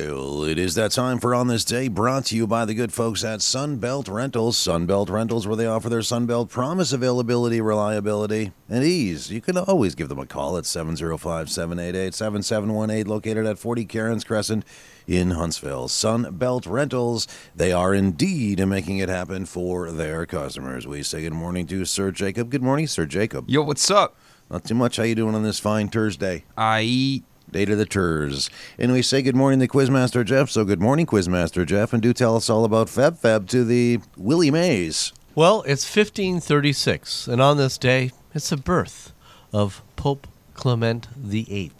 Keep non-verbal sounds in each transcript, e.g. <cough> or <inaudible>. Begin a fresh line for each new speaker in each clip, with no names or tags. Well, it is that time for On This Day, brought to you by the good folks at Sunbelt Rentals. Sunbelt Rentals, where they offer their Sunbelt promise availability, reliability, and ease. You can always give them a call at 705 788 7718, located at 40 Karens Crescent in Huntsville. Sunbelt Rentals, they are indeed making it happen for their customers. We say good morning to Sir Jacob. Good morning, Sir Jacob.
Yo, what's up?
Not too much. How you doing on this fine Thursday?
I
Date of the Tours. And we say good morning to Quizmaster Jeff. So good morning, Quizmaster Jeff. And do tell us all about Feb Feb to the Willie Mays.
Well, it's 1536, and on this day, it's the birth of Pope Clement VIII,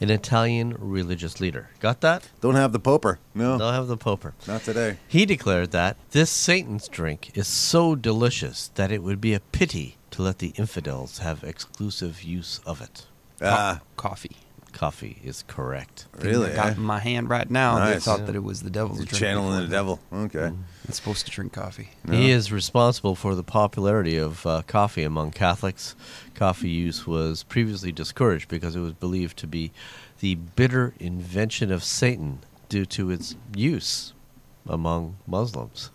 an Italian religious leader. Got that?
Don't have the poper. No,
They'll have the poper.
not today.
He declared that this Satan's drink is so delicious that it would be a pity to let the infidels have exclusive use of it.
Ah,
coffee.
Coffee is correct.
really?
I got
eh?
it in my hand right now. They
Nice.
thought that it was the devil's drink.
Channeling the
before.
devil. Okay.
It's supposed to drink coffee.
He is responsible for the popularity of uh, coffee among Catholics. Coffee use was previously discouraged because it was believed to be the bitter invention of Satan due to its use among Muslims.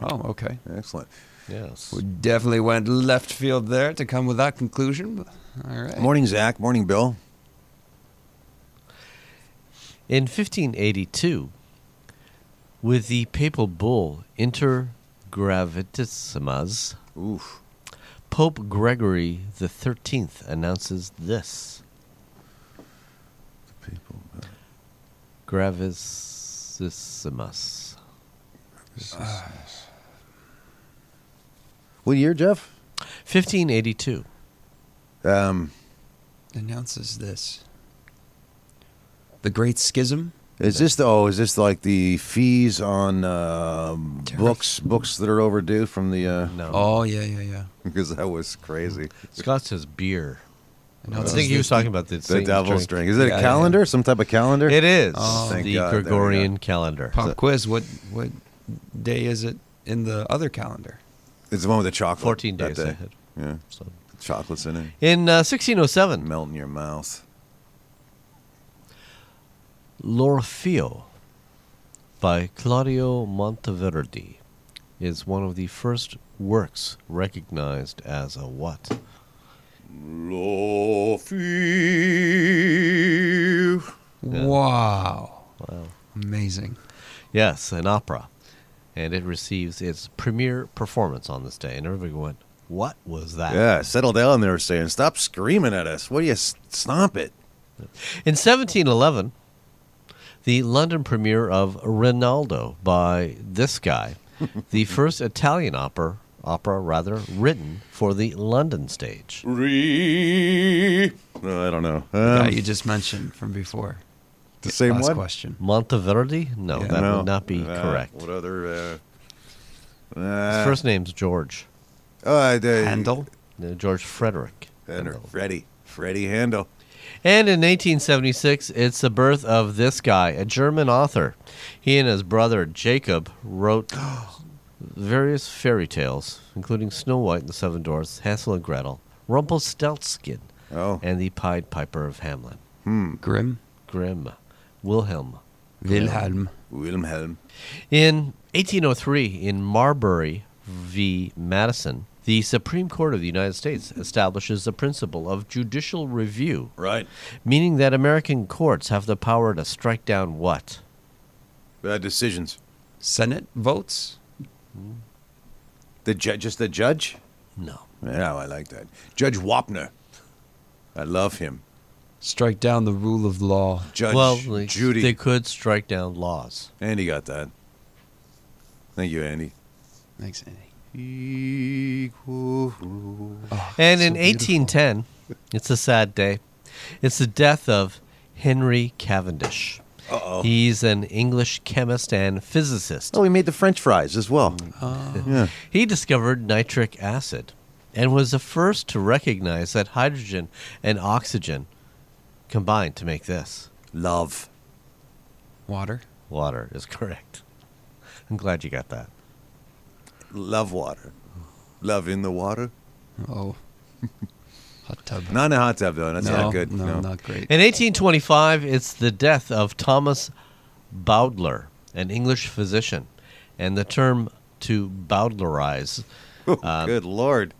Oh, okay.
Excellent.
Yes.
We definitely went left field there to come with that conclusion. but- All right.
Morning, Zach. Morning, Bill.
In 1582, with the papal bull Intergravitissimas,
Oof.
Pope Gregory XIII announces this.
People.
Gravississimas.
What year, Jeff?
1582.
Um,
Announces this. The Great Schism.
is this the? Oh, is this like the fees on uh, books books that are overdue from the? Uh, <laughs>
No.
Oh yeah, yeah, yeah.
because that was crazy.
Scott says beer. I
Announces
think he
this-
was talking about the,
The
Satan's
devil's
drink.
drink. Is it
Yeah,
a
yeah,
calendar? Some type of calendar?
It is
Oh.
Thank
the
God, there we go.
Gregorian calendar.
Pop quiz. What what day is it in the other calendar?
It's the one with the chocolate.
14
that
days
day.
ahead.
Yeah,
So.
chocolate's in it.
In uh, 1607,
Melt in your mouth.
L'Orfeo by Claudio Monteverdi is one of the first works recognized as a what?
Wow.
Wow.
Amazing.
Yes, an opera. And it receives its premiere performance on this day. And everybody went, What was that?
Yeah, settle down there, saying stop screaming at us. What do you s- stop it?
In 1711, the London premiere of Rinaldo by this <laughs> guy, the first Italian opera, opera rather, written for the London stage.
No, Uh, I don't know.
The guy
Um,
you just mentioned from before.
the same
Last
one.
question.
Monteverdi? No,
Yeah.
that
No.
would not be
Uh,
correct.
What other? Uh,
His
uh,
first name's George.
Oh, I did.
Handle.
No, George Frederick.
Handel.
Handel.
Freddie. Freddie Handel.
And in 1876, it's the birth of this guy, a German author. He and his brother Jacob wrote <gasps> various fairy tales, including Snow White and the Seven Dwarfs, Hansel and Gretel, Rumpelstiltskin,
Oh.
and the Pied Piper of Hamelin.
Grim.
Grimm, Wilhelm.
Wilhelm.
Wilhelm.
In 1803, in Marbury v. Madison, the Supreme Court of the United States establishes the principle of judicial review
Right.
meaning that American courts have the power to strike down what?
Uh, decisions.
Senate votes.
The ju- just the judge.
No.
Yeah, I like that. Judge Wapner. I love him.
Strike down the rule of law.
Judge
well, they,
Judy.
they could strike down laws.
Andy got that. Thank you, Andy.
Thanks, Andy. Oh,
And
<laughs>
in 1810, it's a sad day. It's the death of Henry Cavendish.
Uh-oh.
He's an English chemist and physicist.
Oh, he made the French fries as well. yeah.
He discovered nitric acid and was the first to recognize that hydrogen and oxygen combine to make this.
Love.
Water.
Water is <laughs> correct. I'm glad you got that.
Love water. Love in the water. <laughs>
Oh. Hot tub.
Not in a hot tub, though. That's
no,
not good.
No, not great.
In 1825, it's the death of Thomas Bowdler, an English physician, and the term to bowdlerize
<laughs> Good lord.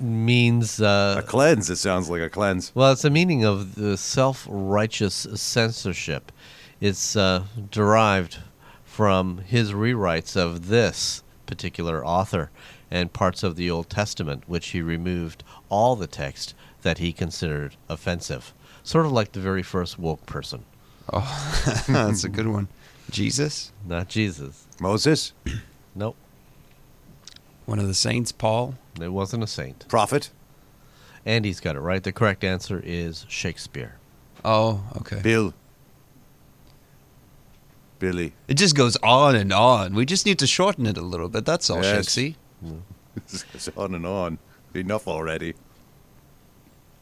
means
A
uh,
cleanse. It sounds like a cleanse.
well, it's a meaning of the self-righteous censorship. It's uh, derived from his rewrites of this particular author and parts of the Old Testament, which he removed all the text that he considered offensive. Sort of like the very first woke person,
Oh, <laughs> that's a good one. Jesus,
not Jesus.
Moses,
Nope,
one of the saints, Paul.
it wasn't a saint.
prophet,
Andy's got it right. The correct answer is Shakespeare.
Oh, okay.
Bill, Billy.
It just goes on and on. We just need to shorten it a little bit. That's all,
Yes.
Shakesy.
It's on and on. Enough already.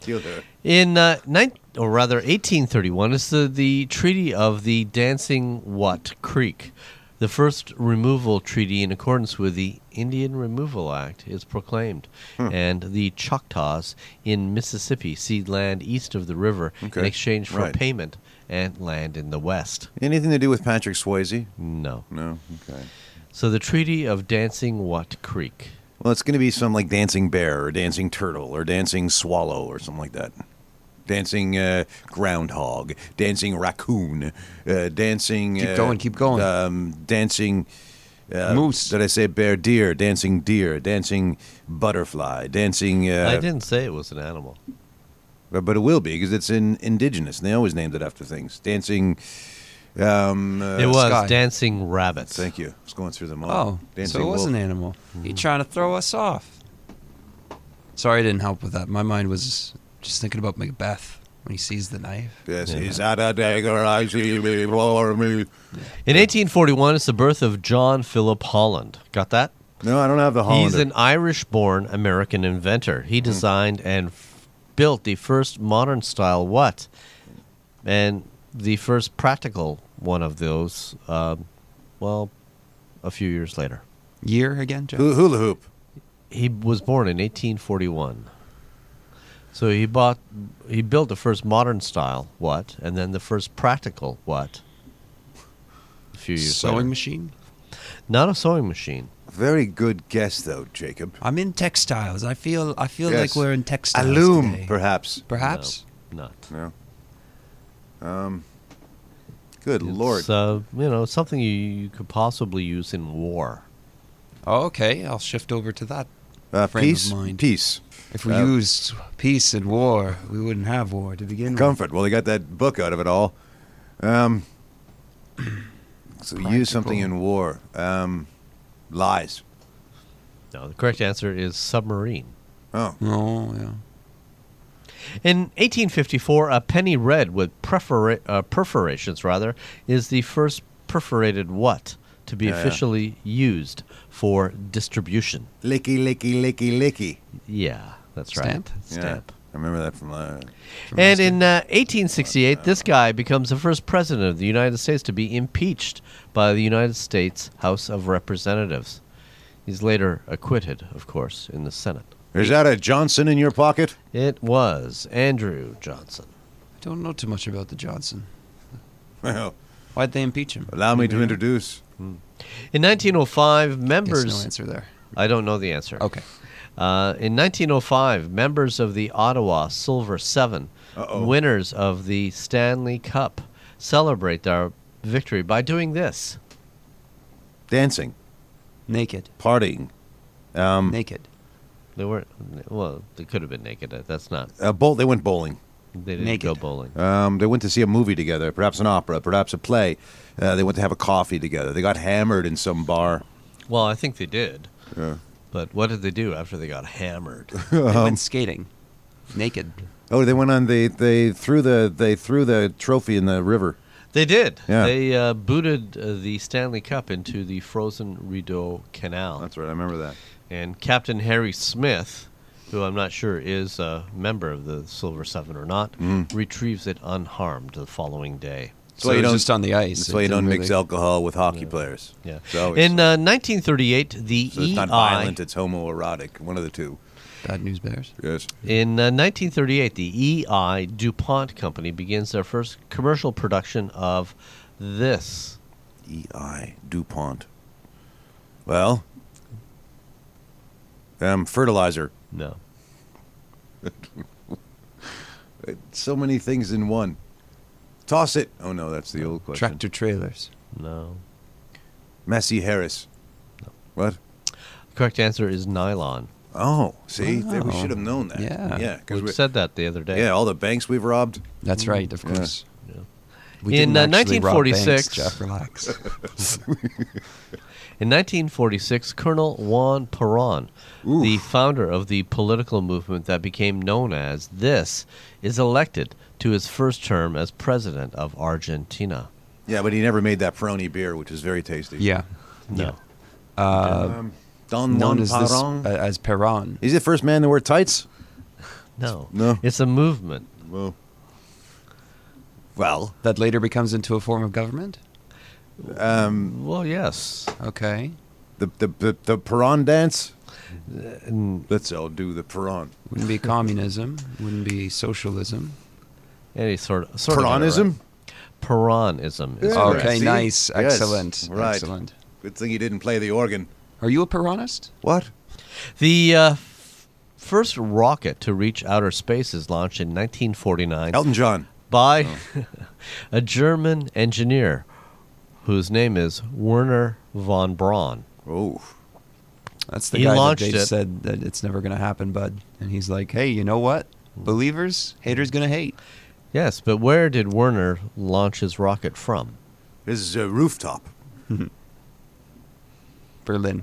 Kill her.
In uh, nine, or rather 1831, it's the, the Treaty of the Dancing What Creek, the first removal treaty in accordance with the Indian Removal Act is proclaimed,
Hmm.
and the Choctaws in Mississippi cede land east of the river in
Okay,
exchange for
right.
payment and land in the west.
Anything to do with Patrick Swayze?
No.
No. Okay.
So the Treaty of Dancing What Creek.
Well, it's going to be some like dancing bear or dancing turtle or dancing swallow or something like that. Dancing uh, groundhog, dancing raccoon, uh, dancing.
Keep
uh,
going, keep going.
Um, dancing. Uh,
Moose.
Did I say bear? Deer, dancing deer, dancing butterfly, dancing. Uh,
I didn't say it was an animal.
But, but it will be because it's in indigenous and they always named it after things. Dancing. Um, uh,
it was
sky.
Dancing Rabbits.
Thank you. I was going through them all.
Oh, so it was an
wolf. Mm-hmm.
animal. You trying to throw us off? Sorry, I didn't help with that. My mind was just thinking about Macbeth when he sees the knife.
Yes, is that a dagger I see before me?
In 1841, it's the birth of John Philip Holland. Got that?
No, I don't have the Hollander. Hmm.
He's an Irish born American inventor. He designed and f- built the first modern style what? And the first practical one of those, um, well, a few years later.
Year again, Jeff?
Hu- Hula hoop.
He was born in 1841. So he bought, he built the first modern style what? And then the first practical what? A few years
Sewing
later.
machine?
Not a sewing machine.
Very good guess, though, Jacob.
I'm in textiles. I feel I feel
Yes.
like we're in textiles.
Alum,
today.
perhaps.
Perhaps?
No, not.
No. Um. Good lord.
It's, uh, you know, something you, you could possibly use in war.
Oh, okay, I'll shift over to that.
Uh,
frame of
peace.
mind.
Peace.
If we
Uh,
used peace and war, we wouldn't have war to begin with.
Mm-hmm. Comfort. Well, they got that book out of it all. Um. <clears throat> So use something
Practical.
in war. Um. Lies.
No, the correct answer is submarine.
Oh.
Oh, yeah.
In 1854, a penny red with perfora- uh, perforations, rather, is the first perforated what to be
Yeah, yeah.
officially used for distribution.
Licky, licky, licky, licky.
Yeah, that's
Stamp?
right.
Yeah,
Stamp.
I remember that from. Uh,
And in uh, 1868, this guy becomes the first president of the United States to be impeached by the United States House of Representatives. He's later acquitted, of course, in the Senate.
is that a Johnson in your pocket? <laughs>
It was Andrew Johnson.
I don't know too much about the Johnson.
Well,
Why'd they impeach him?
allow me to
Anybody know?
introduce.
In 1905, members.
Guess no answer Oh. there.
I don't know the answer.
Okay.
Uh, in 1905, members of the Ottawa Silver 7
Uh-oh.
winners of the Stanley Cup, celebrate their victory by doing this.
Dancing,
Naked.
partying, um,
Naked.
They weren't. Well, they could have been naked. Uh, That's not.
uh, bowl. They went bowling.
They didn't
Naked.
go bowling.
Um, they went to see a movie together, perhaps an opera, perhaps a play. Uh, they went to have a coffee together. They got hammered in some bar.
Well, I think they did.
Yeah.
But what did they do after they got hammered? <laughs>
They
Um,
went skating. Naked.
Oh, they went on. They they threw the they threw the trophy in the river.
they did.
Yeah.
They uh, booted uh, the Stanley Cup into the frozen Rideau Canal.
right. I remember that.
and Captain Harry Smith, who I'm not sure is a member of the Silver Seven or not,
Mm.
retrieves it unharmed the following day.
That's why you
it was
don't-
just on the ice.
That's
It
why you
didn't
don't mix
really-
alcohol with hockey players.
Yeah.
So it's,
In E uh, 1938, the
so it's
EI
not violent. It's homoerotic. One of the two.
Bad news bears.
Yes.
in uh, 1938, the E EI DuPont company begins their first commercial production of this
E.I. E DuPont. Well, um, fertilizer.
No.
So many things in one. Toss it. Oh, no, that's the old question.
Tractor trailers.
No.
Massey Harris. What?
Correct answer is nylon.
Oh, see, there- we
Wow.
should have known that.
Yeah.
yeah, because
We
we,
said that the other day.
yeah, all the banks we've robbed.
That's right, of
Mm. Yeah.
course.
Yeah.
We
In,
didn't
uh,
actually rob banks,
1946
Jeff, relax.
<laughs>
In 1946, Colonel Juan Perón,
Oof.
the founder of the political movement that became known as This, is elected to his first term as president of Argentina.
Yeah, but he never made that Peroni beer, which is very tasty.
yeah.
No.
Um, Don Juan
Known as, this,
Perón.
uh, as Perron.
He's the first man to wear tights.
No.
No.
It's a movement.
Well, well,
That later becomes into a form of government?
um,
Well, yes.
Okay.
the the the, the Perón dance.
And
Uh, Let's all do the Perón.
Wouldn't be communism. Wouldn't be socialism.
any sort of. Sort of got it right.
Peronism.
Peronism. is
Yeah.
correct.
Okay,
See?
nice.
Yes.
Excellent.
Right.
Excellent.
Good thing he didn't play the organ.
Are you a Peronist?
What?
The uh, f- first rocket to reach outer space is launched in 1949.
Elton John.
by <laughs> a German engineer whose name is Werner von Braun.
Oh,
That's the
He
guy that
launched
they
it.
said that it's never going to happen, bud. And he's like, hey, you know what? Believers, haters going to hate.
Yes, but where did Werner launch his rocket from?
this is a rooftop.
Berlin.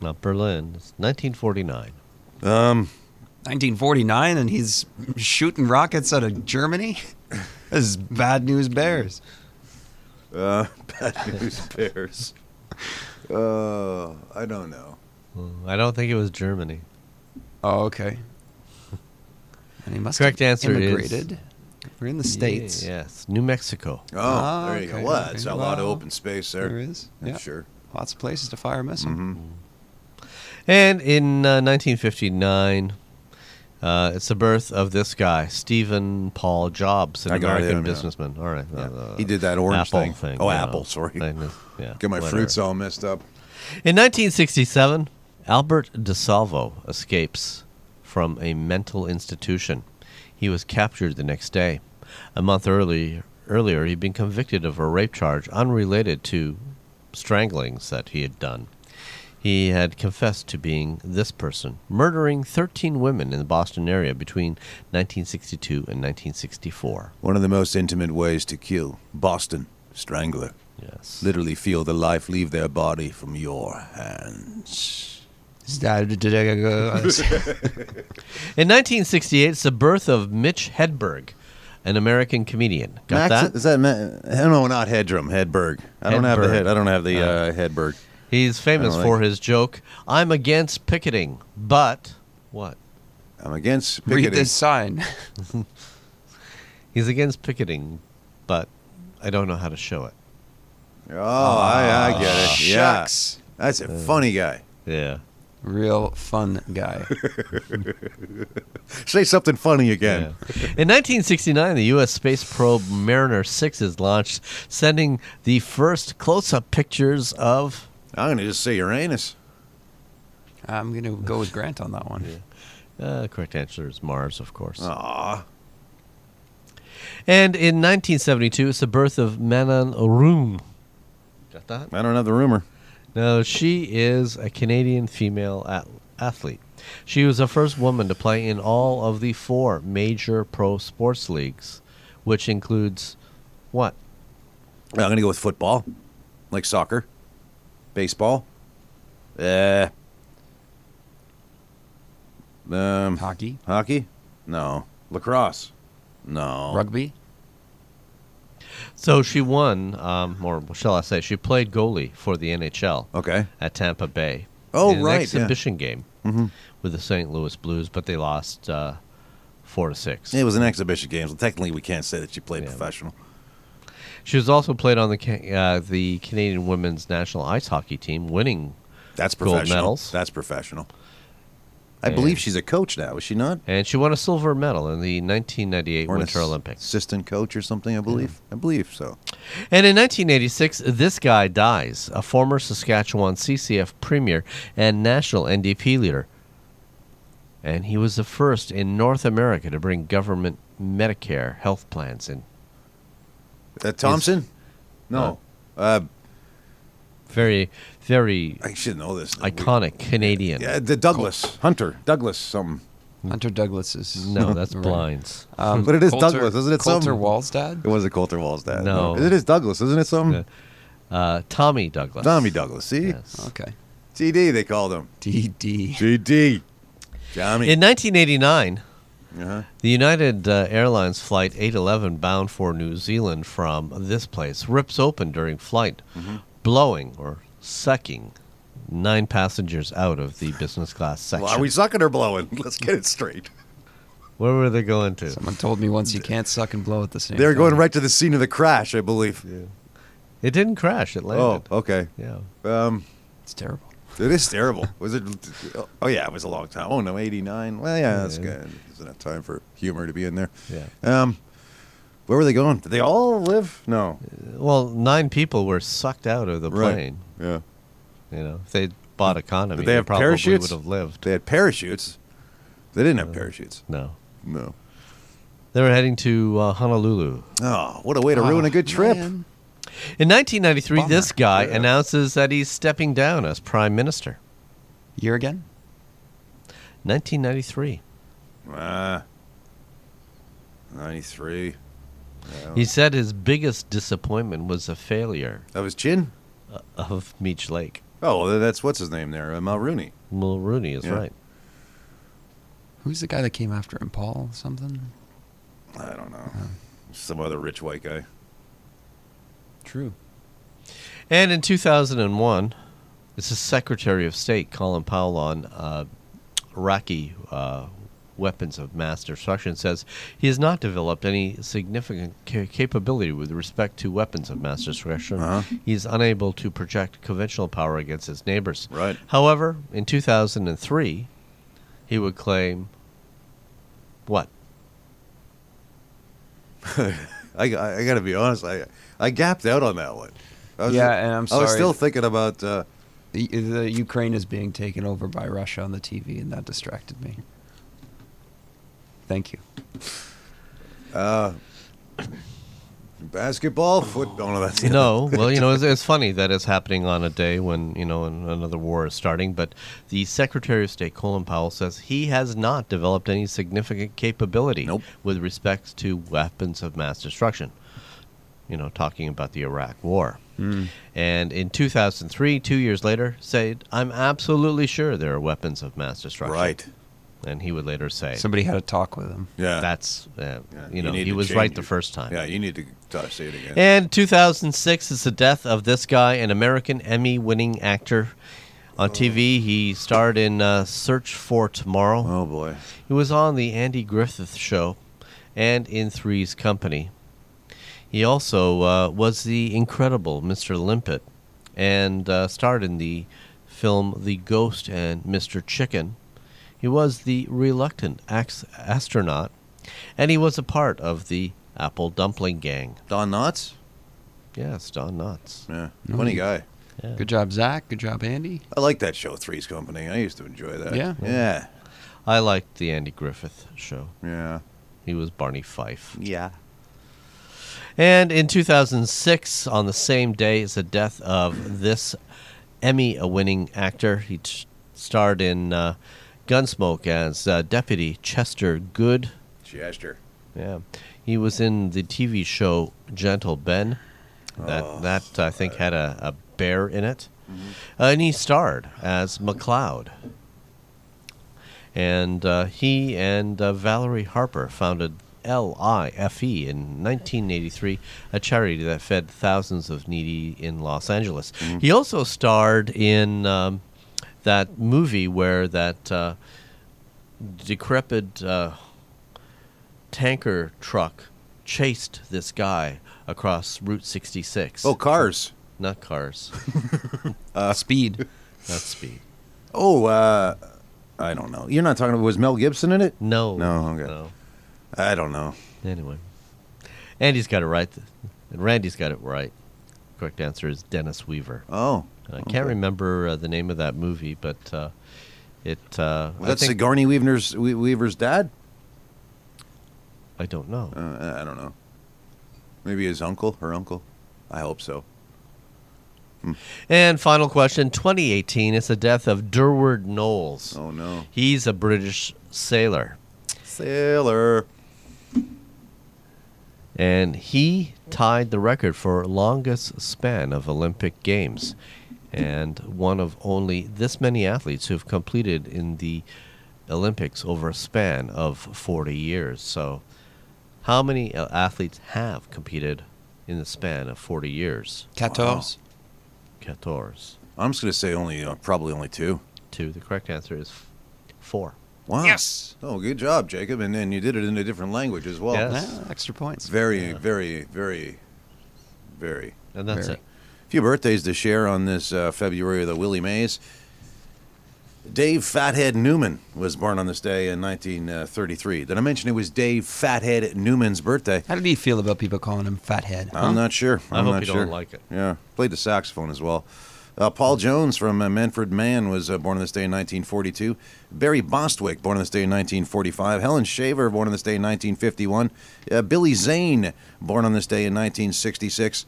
Not Berlin. It's 1949.
Um,
1949, and he's shooting rockets out of Germany? <laughs> this is bad news bears.
uh, <laughs> bad news bears. Uh, I don't know.
Mm, I don't think it was Germany.
Oh, okay. And he must
Correct
have
answer is-
immigrated. We're in the States.
Yes, New Mexico.
Oh,
Ah,
there you
okay,
go. Well,
okay.
it's a lot of
Well,
open space there.
There is.
I'm
Yeah.
Sure.
Lots of places to fire a missile.
Mm-hmm.
And in uh, 1959, uh, it's the birth of this guy, Stephen Paul Jobs, an
I got
American
him, yeah.
businessman. All right.
Yeah.
uh,
He did that orange
Apple
thing.
thing.
Oh,
you
Apple,
know.
sorry.
Thing is- yeah,
Get my
whatever.
fruits all messed up.
In 1967, Albert DeSalvo escapes from a mental institution. He was captured the next day. A month early, earlier, he'd been convicted of a rape charge unrelated to stranglings that he had done. He had confessed to being this person, murdering 13 women in the Boston area between 1962 and 1964.
One of the most intimate ways to kill. Boston strangler.
Yes.
Literally feel the life leave their body from your hands.
<laughs>
In 1968, it's the birth of Mitch Hedberg, an American comedian. Got that?
Is that Ma- no, not Hedrum, Hedberg. I don't have the
Hedberg.
head. I don't have the uh, Hedberg.
He's famous
I don't
for
like-
his joke, I'm against picketing, but what?
I'm against
Read
picketing.
this sign.
He's against picketing, but I don't know how to show it.
Oh, I, I get
Ah,
it. Yeah,
Ah, Shucks.
that's
Uh.
a funny guy.
Yeah.
Real fun
<laughs>
guy.
Say something funny
yeah.
again.
In 1969, the U.S. space probe Mariner 6 is launched, sending the first close up pictures of.
I'm gonna just say Uranus.
I'm going to go with Grant on that one.
Uh, correct answer is Mars, of course.
Oh. Aw.
And in 1972, it's the birth of Manon Room. Got that?
I don't have the rumor.
No, she is a Canadian female at- athlete. She was the first woman to play in all of the four major pro sports leagues, which includes what?
I'm gonna go with football, like soccer, baseball. Uh, um,
Hockey,
hockey? No. Lacrosse? No.
rugby.
So she won, um, or shall I say, she played goalie for the NHL
Okay.
at Tampa Bay.
Oh,
in
right,
An
yeah. Mm-hmm.
exhibition game with the St. Louis Blues, but they lost uh, four to six.
It was an exhibition game, so technically we can't say that she played
Yeah.
professional.
She was also played on the Ca- uh, the Canadian women's national ice hockey team, winning
That's
Gold
professional.
medals.
That's professional. I believe she's a coach now, is she not?
And she won a silver medal in the 1998
Or an
Winter
ass-
Olympics.
Assistant coach or something, I believe. I believe so.
And in 1986, this guy dies, a former Saskatchewan CCF premier and national NDP leader. And he was the first in North America to bring government Medicare health plans in.
Uh, Thompson? no. Uh,
Very, very
I should know this.
iconic Canadian.
Yeah, the Douglas. Hunter. Douglas something.
Hunter Douglas is
No,
<laughs>
that's
Right.
blinds.
Um,
But it is Douglas, isn't it,
Coulter
something?
Wall's dad.
It wasn't Coulter Wall's dad.
No.
It is Douglas, isn't it something?
Uh, Tommy Douglas.
Tommy Douglas, see?
Yes.
Okay.
TD, they called him.
DD.
TD. Tommy.
In 1989,
uh-huh.
The United uh, Airlines flight 811 bound for New Zealand from this place rips open during flight,
Mm-hmm.
blowing or sucking nine passengers out of the business class section.
Well, are we sucking or blowing? <laughs> Let's get it straight.
Where were they going to?
Someone told me once you can't suck and blow at the same
They're
time.
going right to the scene of the crash, I believe.
It didn't crash, it
Oh,
landed.
okay.
Yeah.
Um,
It's terrible.
it is terrible. Was it? Oh yeah, it was a long time. Oh no, eighty nine. Well, yeah, that's
Yeah.
good. There's enough time for humor to be in there.
Yeah.
Um, where were they going? Did they all live? No.
Well, nine people were sucked out of the
Right.
plane.
Yeah.
You know, if they'd bought economy,
Did they have
probably
parachutes?
would have lived.
They had parachutes. They didn't have parachutes.
No.
No.
They were heading to uh, Honolulu.
Oh, what a way to ruin a good trip.
Man.
In 1993,
Bummer.
this guy
Yeah.
announces that he's stepping down as prime minister.
Year again?
1993.
Ah. Ninety three.
He said his biggest disappointment was the failure
That was Chin.
of Meech Lake.
Oh, well, that's what's his name there, uh, Mal Rooney.
Mulrooney is
Yeah.
right.
Who's the guy that came after him? Paul something?
I don't know. Some other rich white guy.
True.
And in 2001, this is Secretary of State Colin Powell on uh, Iraqi uh, weapons of mass destruction says he has not developed any significant ca- capability with respect to weapons of mass destruction.
Uh-huh.
He is unable to project conventional power against his neighbors.
Right.
However, in 2003, he would claim what?
I, I, got to be honest. I I gapped out on that one. I
Yeah, and I'm
I was
sorry.
still thinking about. Uh,
The, the Ukraine is being taken over by Russia on the TV, and that distracted me. Thank you. Oh,
basketball, football. No, <laughs> that's
no, well, you know, it's, it's funny that it's happening on a day when you know an- another war is starting. But the Secretary of State Colin Powell says he has not developed any significant capability
Nope.
with respect to weapons of mass destruction. You know, talking about the Iraq War.
Hmm.
And in 2003, two years later, said, "I'm absolutely sure there are weapons of mass destruction."
right.
And he would later say,
Somebody had a talk with him.
Yeah,
"That's uh,
Yeah,
you know,
need
he
to
was
change
right
your-
the first time."
Yeah, you need to t- say it again.
And 2006 is the death of this guy, an American Emmy winning actor. On TV, he starred in uh, Search for Tomorrow.
oh boy,
He was on The Andy Griffith Show and in Three's Company. He also uh, was the incredible Mr. Limpet and uh, starred in the film The Ghost and Mr. Chicken. He was the reluctant ax- astronaut, and he was a part of the Apple Dumpling Gang.
Don Knotts.
Yes, Don Knotts.
Yeah,
No,
funny
he-
guy.
Yeah.
Good job, Zach. Good job, Andy.
I like that show, Three's Company. I used to enjoy that.
Yeah.
yeah,
I liked the Andy Griffith show.
yeah,
He was Barney Fife.
yeah.
And in 2006, on the same day, is the death of this Emmy winning actor. He t- starred in uh, Gunsmoke as uh, Deputy Chester Good.
Chester.
Yeah. He was in the TV show Gentle Ben. That, that I think, had a, a bear in it. Uh, and he starred as McLeod. And uh, he and uh, Valerie Harper founded LIFE E in 1983, a charity that fed thousands of needy in Los Angeles. He also starred in um, that movie where that uh, decrepit uh, tanker truck chased this guy across Route 66.
Oh, Cars. <laughs>
not cars,
Speed.
not speed.
Oh, uh, I don't know. You're not talking about was Mel Gibson in it?
No.
No, okay. I don't know.
No. Anyway, Andy's got it right, and Randy's got it right. Correct answer is Dennis Weaver.
Oh,
And I
okay.
can't remember uh, the name of that movie, but uh, it. Uh,
Was
I
that
think-
Sigourney Weaver's We- Weaver's dad?
I don't know.
Uh, I don't know. Maybe his uncle, her uncle. I hope so.
And final question 2018 is the death of Durward Knowles.
Oh no,
He's a British sailor,
sailor.
and he tied the record for longest span of Olympic Games, and one of only this many athletes who've completed in the Olympics over a span of 40 years. So, how many uh, athletes have competed in the span of 40 years?
Catorce.
Quatorze.
I'm just gonna say only uh, probably only two.
Two. The correct answer is f- four.
Wow.
Yes.
Oh, good job, Jacob. And then you did it in a different language as well.
Yes.
Ah, extra points.
Very, very, very, very.
And that's
Very.
it.
few birthdays to share on this uh, February of the Willie Mays. Dave Fathead Newman was born on this day in 1933. Did I mention it was Dave Fathead Newman's birthday?
How did he feel about people calling him fathead?
I'm not sure.
I
I'm
hope
not
you
sure.
don't like it.
Yeah, played the saxophone as well. Uh, Paul Jones from uh, Manfred Mann was uh, born on this day in 1942. Barry Bostwick, born on this day in 1945. Helen Shaver, born on this day in 1951. Uh, Billy Zane, born on this day in 1966.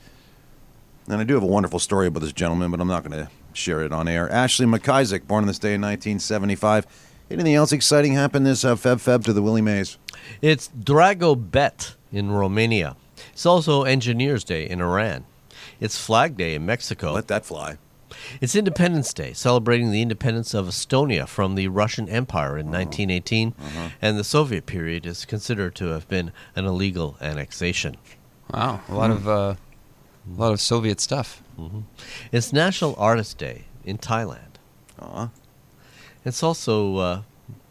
And I do have a wonderful story about this gentleman, but I'm not going to share it on air. Ashley McIsaac, born on this day in 1975. Anything else exciting happened this uh, Feb Feb to the Willie Mays?
It's Drago Bet in Romania. It's also Engineers Day in Iran. It's Flag Day in Mexico.
Let that fly.
It's Independence Day, celebrating the independence of Estonia from the Russian Empire in 1918, and the Soviet period is considered to have been an illegal annexation.
Wow, a lot of uh, a lot of Soviet stuff.
It's National Artist Day in Thailand.
Aw.
It's also uh,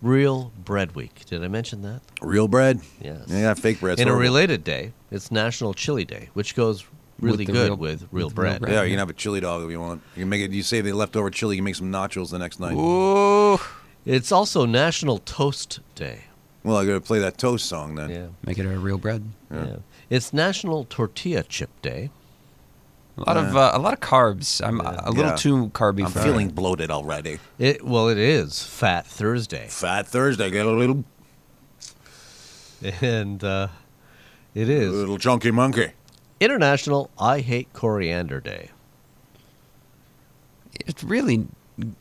Real Bread Week. Did I mention that?
Real bread?
Yes.
Yeah, fake bread.
in a related day, it's National Chili Day, which goes
With
really
the
good
real- with
with real
real
bread.
bread.
Yeah, you can have a chili dog if you want. You can make it. You save the leftover chili. You can make some nachos the next night.
Ooh,
It's also National Toast Day.
Well, I gotta play that toast song then.
make it a real bread.
Yeah.
yeah. It's National Tortilla Chip Day.
A lot of uh, a lot of carbs. I'm
Yeah.
a little
Yeah.
too carby.
I'm
for
feeling bloated already.
It well, it is Fat Thursday,
Fat Thursday, get a little,
and uh, it is
little chunky monkey.
International I Hate Coriander Day.
It really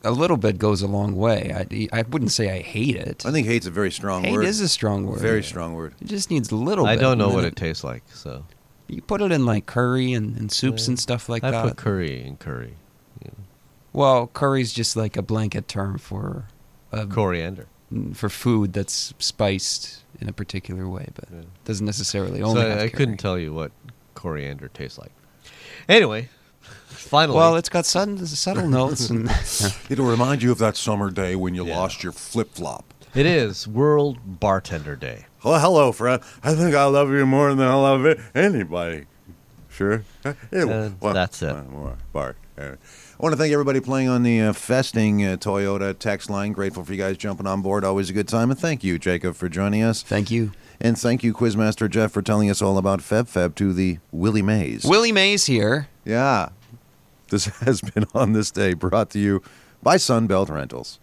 a little bit goes a long way. I, I wouldn't say I hate it.
I think hate's a very strong
hate
word.
is a strong word.
very strong word.
It just needs a little.
I
bit,
don't know
and
what
then
it tastes like, so
You put it in like curry and, and soups and stuff like
I
that.
put curry in curry.
well, curry's just like a blanket term for a
Coriander.
for food that's spiced in a particular way, but
Yeah.
doesn't necessarily
So
only.
I,
have
I couldn't
curry.
tell you what coriander tastes like. Anyway, <laughs> finally,
Well, it's got sudden, subtle <laughs> notes, and
It'll remind you of that summer day when you
Yeah.
lost your flip flop.
it is World Bartender Day.
Oh, hello, friend. I think I love you more than I love it- anybody. Sure.
Uh, that's it.
Uh, more bark. Uh, I want to thank everybody playing on the uh, festing uh, Toyota text line. Grateful for you guys jumping on board. Always a good time. And thank you, Jacob, for joining us.
thank you,
And thank you, Quizmaster Jeff, for telling us all about Feb Feb to the Willie Mays.
Willie Mays here.
<laughs> yeah. This has been On This Day brought to you by Sunbelt Rentals.